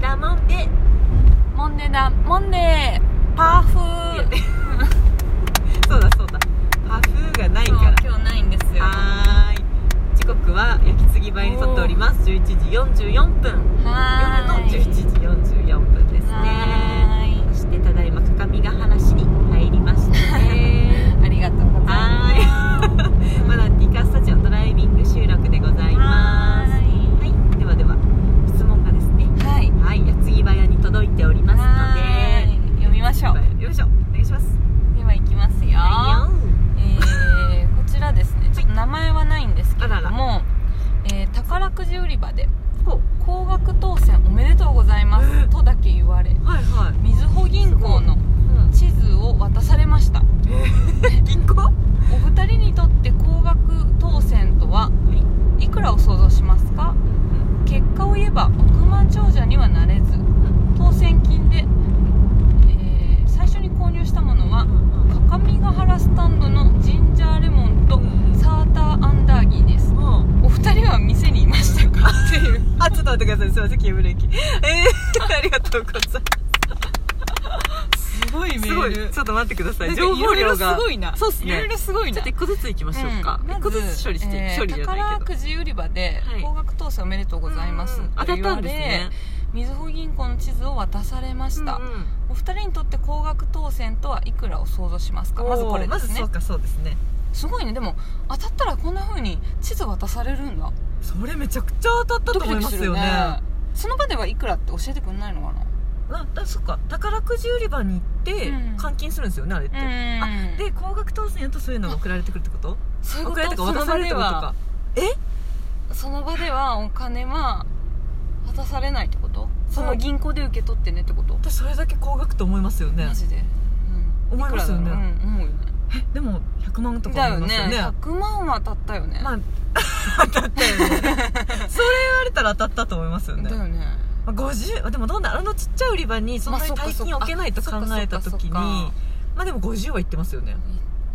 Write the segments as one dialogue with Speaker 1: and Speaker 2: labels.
Speaker 1: ダモンデ
Speaker 2: モンデだモンデパフー
Speaker 1: そうだそうだパフーがない
Speaker 2: そう
Speaker 1: から
Speaker 2: 今日ないんですよは
Speaker 1: はーい時刻は焼き継ぎ倍に沿っております11時44分夜の
Speaker 2: ーい
Speaker 1: 11時44分ですね
Speaker 2: は
Speaker 1: そしてただいま各務原市に入りました ね
Speaker 2: ーいありがとうございま
Speaker 1: は ーいマナティカスタジオドライビング収録でござい
Speaker 2: す
Speaker 1: ますはい、ではでは質問がですね
Speaker 2: はいはい
Speaker 1: はい、矢継ぎ早に届いておりますの
Speaker 2: は
Speaker 1: で
Speaker 2: ーい読みましょう
Speaker 1: よいしょ、お願いします
Speaker 2: では行きますよえーこちらですねちょっと名前はないんですけれどもえー宝くじ売り場で
Speaker 1: ほ
Speaker 2: 高額当選おめでとうございますとだけ言われ
Speaker 1: うはいはい、
Speaker 2: みずほ銀行の地図を渡されました
Speaker 1: うん、銀行は、
Speaker 2: お二人にとって高額当選とはいいくらを想像しますか
Speaker 1: うん
Speaker 2: 結果を言えば億万長者にはなれず当選金で、えー最初に購入したものは
Speaker 1: うん
Speaker 2: 各務原スタンドのジンジャーレモンとサーターアンダーギーです
Speaker 1: うん
Speaker 2: お二人は店にいましたかっていう
Speaker 1: あ、ちょっと待ってください、すいません、急ブレーキえー、ありがとうございます
Speaker 2: すごい
Speaker 1: すごい、ちょっと待ってくださ
Speaker 2: ないんか
Speaker 1: 情報量が
Speaker 2: いろいろすごいな
Speaker 1: そうっす
Speaker 2: いろ
Speaker 1: ね
Speaker 2: いろすごい
Speaker 1: ちょ
Speaker 2: な
Speaker 1: っと一個ずついきましょうか
Speaker 2: うん
Speaker 1: 一個ずつ処理して、
Speaker 2: えー
Speaker 1: 処理じゃない
Speaker 2: 宝
Speaker 1: けど
Speaker 2: くじ売り場で
Speaker 1: はい
Speaker 2: 高額当選おめでとうございます
Speaker 1: うん当
Speaker 2: と
Speaker 1: たっ
Speaker 2: 言
Speaker 1: た
Speaker 2: わ
Speaker 1: ん
Speaker 2: れ
Speaker 1: ですね
Speaker 2: みずほ銀行の地図を渡されました、
Speaker 1: うんうん
Speaker 2: お二人にとって高額当選とはいくらを想像しますかまずこれ
Speaker 1: おー
Speaker 2: で
Speaker 1: ますず
Speaker 2: ね
Speaker 1: そうか、そうですね
Speaker 2: すごいねでも当たったらこんな風に地図渡されるんだ
Speaker 1: それめちゃくちゃ当たったと思いますよね
Speaker 2: その場ではいくらって教えてくんないのかな
Speaker 1: なだそっか宝くじ売り場に行って
Speaker 2: うん
Speaker 1: 換金するんですよね、あれって、あで高額当選やとそういうのが送られてくるってこと
Speaker 2: そういうこ
Speaker 1: 送られて
Speaker 2: と
Speaker 1: か渡されるって
Speaker 2: その
Speaker 1: こと
Speaker 2: 場では
Speaker 1: か
Speaker 2: その場ではお金は渡されないってこと
Speaker 1: そう
Speaker 2: その銀行で受け取ってねってこと、
Speaker 1: 私それだけ高額と思いますよね
Speaker 2: マジで、うん、
Speaker 1: 思いますよね
Speaker 2: いくらだろううん、思うよね
Speaker 1: でも100万とか
Speaker 2: だ
Speaker 1: 思
Speaker 2: よ
Speaker 1: います
Speaker 2: ね
Speaker 1: よね
Speaker 2: 100万は当たったよね、
Speaker 1: まあ 当たったよ ねそれ言われたら当たったと思いますよね
Speaker 2: だよね
Speaker 1: まあ50でもどうなあのちっちゃい売り場にそんなに
Speaker 2: まあそっか
Speaker 1: 大
Speaker 2: そっか
Speaker 1: 金置けないと考えた時に
Speaker 2: あそっかそっかそっか
Speaker 1: まあでも50は言ってますよね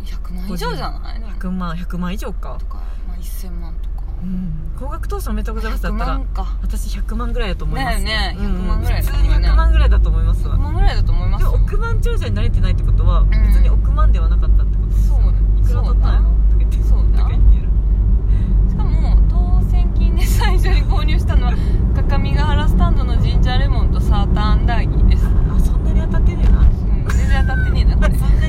Speaker 2: 100万以上じゃない100
Speaker 1: 100万100万以上か
Speaker 2: とか、まあ、1000万とか
Speaker 1: うん高額当選おめでとうございますだ
Speaker 2: 100
Speaker 1: ったら
Speaker 2: 万か
Speaker 1: 私100万ぐらいだと思います
Speaker 2: だよね100万ぐらい
Speaker 1: 普通
Speaker 2: だと
Speaker 1: に
Speaker 2: 思うね
Speaker 1: 100万ぐらいだと思います
Speaker 2: 100
Speaker 1: わ
Speaker 2: 万ぐらいだと思います
Speaker 1: でも
Speaker 2: よ
Speaker 1: 億万長者になれてないってことは
Speaker 2: ん
Speaker 1: 別に億万ではなかったってことですよねい
Speaker 2: そう
Speaker 1: くらだったんやろとか言って
Speaker 2: そうだ
Speaker 1: とか言ってる
Speaker 2: しかも当選金で最初に購入したのは各務原スタンドのジンジャーレモンとサーターアンダーギーです、
Speaker 1: あそんなに当たってねえな
Speaker 2: うん、全然当たってねえなこれっ
Speaker 1: そんな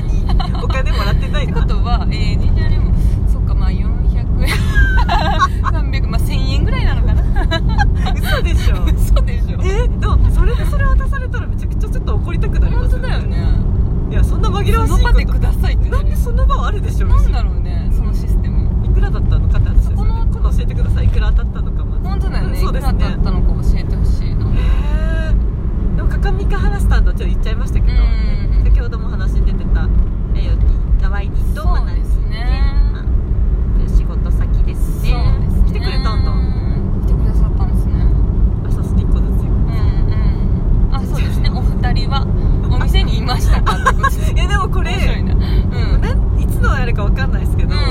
Speaker 1: にお金もらってない
Speaker 2: て
Speaker 1: な
Speaker 2: ことは、えージンジャーレモンそっかまあ400円300まあ1000円ぐらいなのかな
Speaker 1: 嘘で しょ
Speaker 2: 嘘でしょ
Speaker 1: えでもそれでそれ渡されたらめちゃくちゃちょっと怒りたくなりま
Speaker 2: 本
Speaker 1: す
Speaker 2: 当だよね
Speaker 1: いやそんな紛ら
Speaker 2: そ
Speaker 1: わしいこ
Speaker 2: の
Speaker 1: と
Speaker 2: 場でくださいって
Speaker 1: な
Speaker 2: なんる
Speaker 1: でその場はあるでしょ
Speaker 2: なんだろうねそのシステム
Speaker 1: いくらだったのかって話ですよね
Speaker 2: そこの
Speaker 1: 今度教えてくださいいくら当たったのかまず
Speaker 2: 本当だよね
Speaker 1: そうです
Speaker 2: いくら
Speaker 1: ね
Speaker 2: だったのか教えてほしいな
Speaker 1: へーでも各務原スタンドちょっと言っちゃいましたけど、
Speaker 2: うん
Speaker 1: 先ほども話に出てたえよりダワイニとマナリ
Speaker 2: そうですね
Speaker 1: まあ仕事先ですね
Speaker 2: そうですね
Speaker 1: 来てくれたんだ
Speaker 2: 来てくださったんですね
Speaker 1: 朝スティックですよ
Speaker 2: うんうんあそう ですねお二人はお店にいましたかってことで す
Speaker 1: いやでもこれ
Speaker 2: 面白いなうん
Speaker 1: なんいつのあれかわかんないですけど、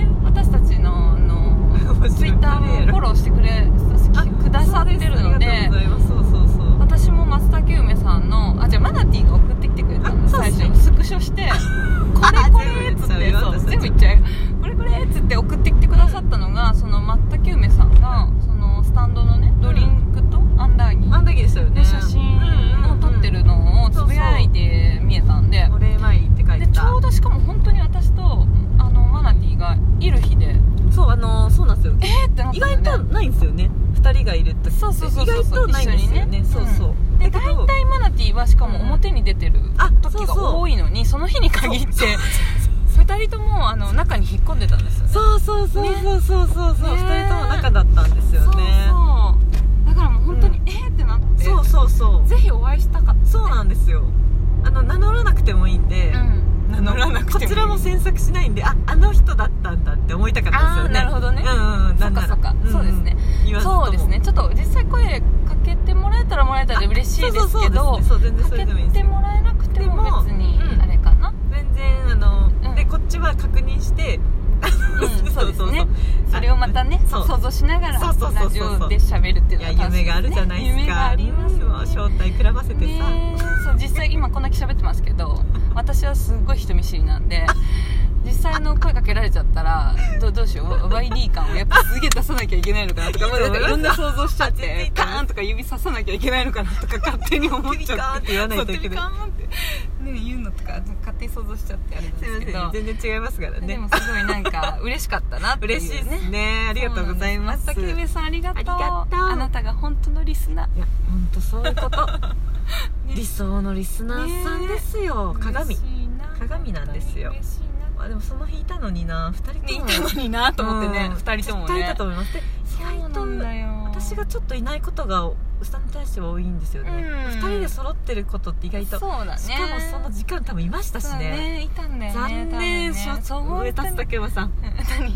Speaker 2: に出てる
Speaker 1: あそう
Speaker 2: 時が
Speaker 1: そう
Speaker 2: 多いのにその日に限って2人ともあの中に引っ込んでたんですよね
Speaker 1: そうそうそうそうそうそうそう、
Speaker 2: ね
Speaker 1: 2人とも仲だったんですよね
Speaker 2: そうそうだからもう本当に、
Speaker 1: う
Speaker 2: えーってなって
Speaker 1: そうそうそう
Speaker 2: ぜひお会いしたかった
Speaker 1: そうなんですよあの名乗らなくてもいいんで、
Speaker 2: うん名乗らなくてもいい
Speaker 1: こちらも詮索しないんでああの人だったんだって思いたかったですよね
Speaker 2: あーなるほどね
Speaker 1: うんうんなんなら
Speaker 2: そっかそっか
Speaker 1: んん
Speaker 2: そうですね
Speaker 1: 言わずとも
Speaker 2: そうですねちょっと実際声かけてもらえたらもらえたらで嬉しいですけど
Speaker 1: あそうそうそうですねそう全然
Speaker 2: か
Speaker 1: それ
Speaker 2: け
Speaker 1: でもいいです
Speaker 2: てもらえなくて
Speaker 1: で
Speaker 2: も
Speaker 1: も
Speaker 2: 別に
Speaker 1: うん
Speaker 2: あれかな、
Speaker 1: 全然あの、
Speaker 2: うん
Speaker 1: でこっちは確認して
Speaker 2: うん
Speaker 1: そ
Speaker 2: そう
Speaker 1: でね
Speaker 2: うですすねそれをまたね
Speaker 1: そう
Speaker 2: 想像しながら
Speaker 1: そうそうそう
Speaker 2: ラ
Speaker 1: そう
Speaker 2: ジ
Speaker 1: そう
Speaker 2: オで喋るっていう
Speaker 1: い
Speaker 2: の
Speaker 1: や
Speaker 2: が楽し
Speaker 1: 夢
Speaker 2: いですね
Speaker 1: があるじゃないですか
Speaker 2: 夢がありますね
Speaker 1: うんもう正体くらませてさ、
Speaker 2: ねえそう実際今こんだけ喋ってますけど私はすっごい人見知りなんで実際あの声かけられちゃったらどうどうしよう YD 感をやっぱすげえ出さなきゃいけないのかなとか
Speaker 1: いいと思いま
Speaker 2: な
Speaker 1: す
Speaker 2: んかいろんな想像しちゃっ
Speaker 1: あ絶
Speaker 2: て
Speaker 1: 対
Speaker 2: カーンとか指ささなきゃいけないのかなとか勝手に思っちゃって
Speaker 1: テレビカーンって言わないといけない
Speaker 2: そうテレビカーンって、ね、言うのとか勝手に想像しちゃってあれなん
Speaker 1: す
Speaker 2: で
Speaker 1: い
Speaker 2: すけ
Speaker 1: ま
Speaker 2: ど
Speaker 1: せん全然違いますからね
Speaker 2: でもすごいなんか嬉しかったなっていう、
Speaker 1: 嬉
Speaker 2: ね、
Speaker 1: しいですねあ
Speaker 2: あ
Speaker 1: りがとうございます
Speaker 2: 竹上さんありがとう
Speaker 1: ありがとう
Speaker 2: あなたが本当のリスナー、
Speaker 1: いや本当そういうこと 理想のリスナーさんですよ、鏡
Speaker 2: 嬉しいな
Speaker 1: 鏡なんですよ
Speaker 2: 嬉しいな
Speaker 1: あでもその日いたのにな2人
Speaker 2: ね
Speaker 1: と
Speaker 2: い
Speaker 1: も
Speaker 2: たのになと思ってね、
Speaker 1: うん
Speaker 2: 二人とも
Speaker 1: 絶
Speaker 2: ね
Speaker 1: 対いたと思いますで意外
Speaker 2: そ
Speaker 1: と
Speaker 2: うなんだよ
Speaker 1: 私がちょっといないことが下に対しては多いんですよね、
Speaker 2: うん
Speaker 1: 2人で揃ってることって意外と
Speaker 2: そうだね
Speaker 1: しかもその時間多分いましたし
Speaker 2: そう
Speaker 1: ね
Speaker 2: ねいたんだよね
Speaker 1: 残
Speaker 2: 多分
Speaker 1: 念、
Speaker 2: ね
Speaker 1: しょ
Speaker 2: そう本当
Speaker 1: 上
Speaker 2: に
Speaker 1: 立つ竹馬さん
Speaker 2: 何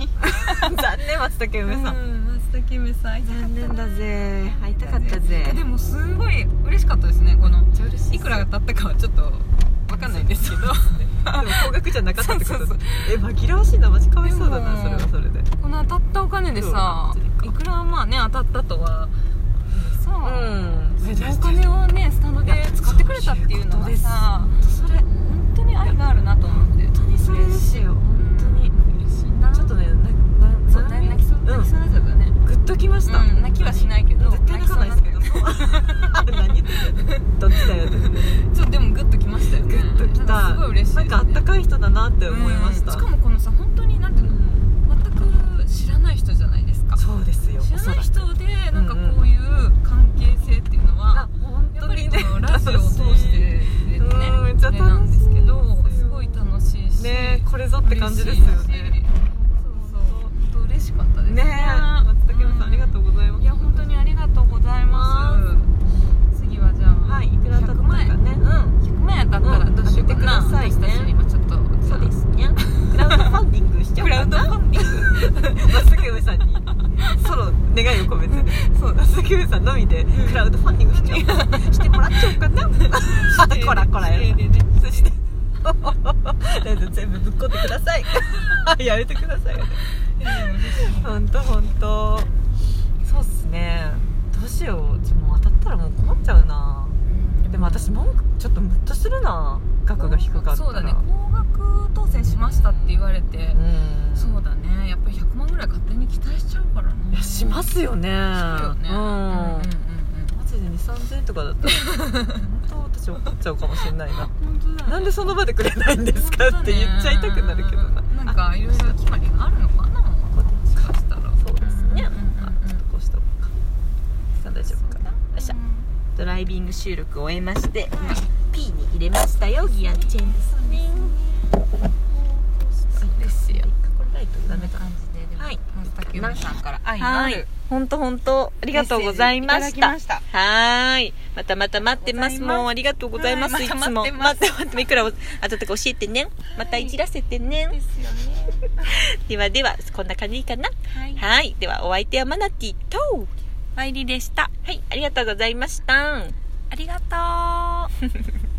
Speaker 1: 残念松竹梅さん、
Speaker 2: うん松竹梅さん会いたかった
Speaker 1: 残念だぜ会いたかった
Speaker 2: いや
Speaker 1: ぜ
Speaker 2: でもすごい嬉しかったですねこの
Speaker 1: っちゃ嬉し
Speaker 2: いくらだったかはちょっとわかんないんですけど
Speaker 1: でも高額じゃなかったってこと
Speaker 2: そうそう
Speaker 1: え紛らわしいなマジかわいそうだな
Speaker 2: で
Speaker 1: それ
Speaker 2: も
Speaker 1: はそれで
Speaker 2: この当たったお金でさ
Speaker 1: そう
Speaker 2: いくらまあね当たったとはさ
Speaker 1: う
Speaker 2: あ、
Speaker 1: ん
Speaker 2: そのお金をねスタンドで使ってくれたっていうのがさ
Speaker 1: それ本
Speaker 2: 本当に愛があるなと思って
Speaker 1: 当にそれですよ本当に
Speaker 2: 嬉しいな
Speaker 1: ちょっとねな
Speaker 2: そう
Speaker 1: なな
Speaker 2: 泣きそう泣きそうになっちゃったね、
Speaker 1: うんグッときました、
Speaker 2: うん泣きはしないけど
Speaker 1: 絶対泣かないですけど 何言ってんのどっちだよって
Speaker 2: ちょっとでもグッときましたよね
Speaker 1: グッときた
Speaker 2: なんかすごい嬉しい、
Speaker 1: なんかあったかい人だなって思いました、
Speaker 2: うんしかもこのさ本当になんていう
Speaker 1: う
Speaker 2: の
Speaker 1: ん
Speaker 2: 全く知らない人じゃないですか
Speaker 1: そうですよ
Speaker 2: 知らない
Speaker 1: おそらく
Speaker 2: 人でなんかこういう関係性っていうのは
Speaker 1: あ、本
Speaker 2: やっ
Speaker 1: 当
Speaker 2: ぱり
Speaker 1: に
Speaker 2: こ
Speaker 1: ね
Speaker 2: のラジオを通してね
Speaker 1: うんめっちゃ楽しい
Speaker 2: あれなんですけどすごい楽しいし、
Speaker 1: ねこれぞって感じですよね
Speaker 2: そうそう本当嬉しかったです
Speaker 1: ね
Speaker 2: ね
Speaker 1: 松竹さんありがとうございます
Speaker 2: いや本当にありがとうございます次はじゃあ、
Speaker 1: はいいくらだった
Speaker 2: 100
Speaker 1: か
Speaker 2: 万円
Speaker 1: ねうん
Speaker 2: 100万円だったらどうしようかな、
Speaker 1: うんあげてく
Speaker 2: 私
Speaker 1: だ
Speaker 2: た
Speaker 1: さいね
Speaker 2: ち今ちょっと
Speaker 1: そうですねクラウドファンディングしちゃおう
Speaker 2: クラ
Speaker 1: か
Speaker 2: ウドフ
Speaker 1: な
Speaker 2: ァンディング
Speaker 1: 松竹梅さんにソロ願いを込めてそう松竹梅さんのみでクラウドファンディングしちゃおうしてもらっちゃおうかなこらこら
Speaker 2: 指
Speaker 1: や
Speaker 2: 定でね
Speaker 1: そして全部ぶっこんでください やめてください
Speaker 2: いやでも嬉しい
Speaker 1: 本当本当そうっすねどうしようちょもう当たったらもう困っちゃうなでも私文句ちょっとムッとするな額が低かったら
Speaker 2: そうだね高額当選しましたって言われて、
Speaker 1: うん
Speaker 2: そうだねやっぱり100万ぐらい勝手に期待しちゃうからない
Speaker 1: やしますよね
Speaker 2: そうよね
Speaker 1: うん
Speaker 2: うんうん
Speaker 1: マジで2 3 0 0円とかだったら 本当私怒っちゃうかもしれないな
Speaker 2: うん本当だね
Speaker 1: なんでその場でくれないんですかって言っちゃいたくなるけどな
Speaker 2: なんかいろいろ決まりがあるのかなも
Speaker 1: こっ
Speaker 2: し
Speaker 1: ちか
Speaker 2: かしたら
Speaker 1: そうですね、
Speaker 2: うんうんうんうん
Speaker 1: あちょっとこうした方がさあ大丈夫かなよっしゃドライビング収録を終えまして、
Speaker 2: はい
Speaker 1: P に入れましたよギアチェンジ
Speaker 2: そうねそうですよ
Speaker 1: これライト
Speaker 2: こ
Speaker 1: ダ
Speaker 2: ん
Speaker 1: メ
Speaker 2: な
Speaker 1: かな
Speaker 2: 感じででも
Speaker 1: はい
Speaker 2: 松竹梅さんから愛のあ
Speaker 1: はい
Speaker 2: る
Speaker 1: 本当本当ありがとうございました
Speaker 2: メッセージいただきました
Speaker 1: はーいまたまた待ってます
Speaker 2: ございます
Speaker 1: もうありがとうございます、
Speaker 2: はい
Speaker 1: い、つ
Speaker 2: また
Speaker 1: も
Speaker 2: 待
Speaker 1: 待
Speaker 2: って
Speaker 1: って
Speaker 2: ます
Speaker 1: 待っていくら当たったか教えてねまたいじらせてね、
Speaker 2: ですよね
Speaker 1: ではではこんな感じかな
Speaker 2: はい
Speaker 1: はいではお相手はマナティと
Speaker 2: 参りでした
Speaker 1: はいありがとうございました
Speaker 2: ありがとう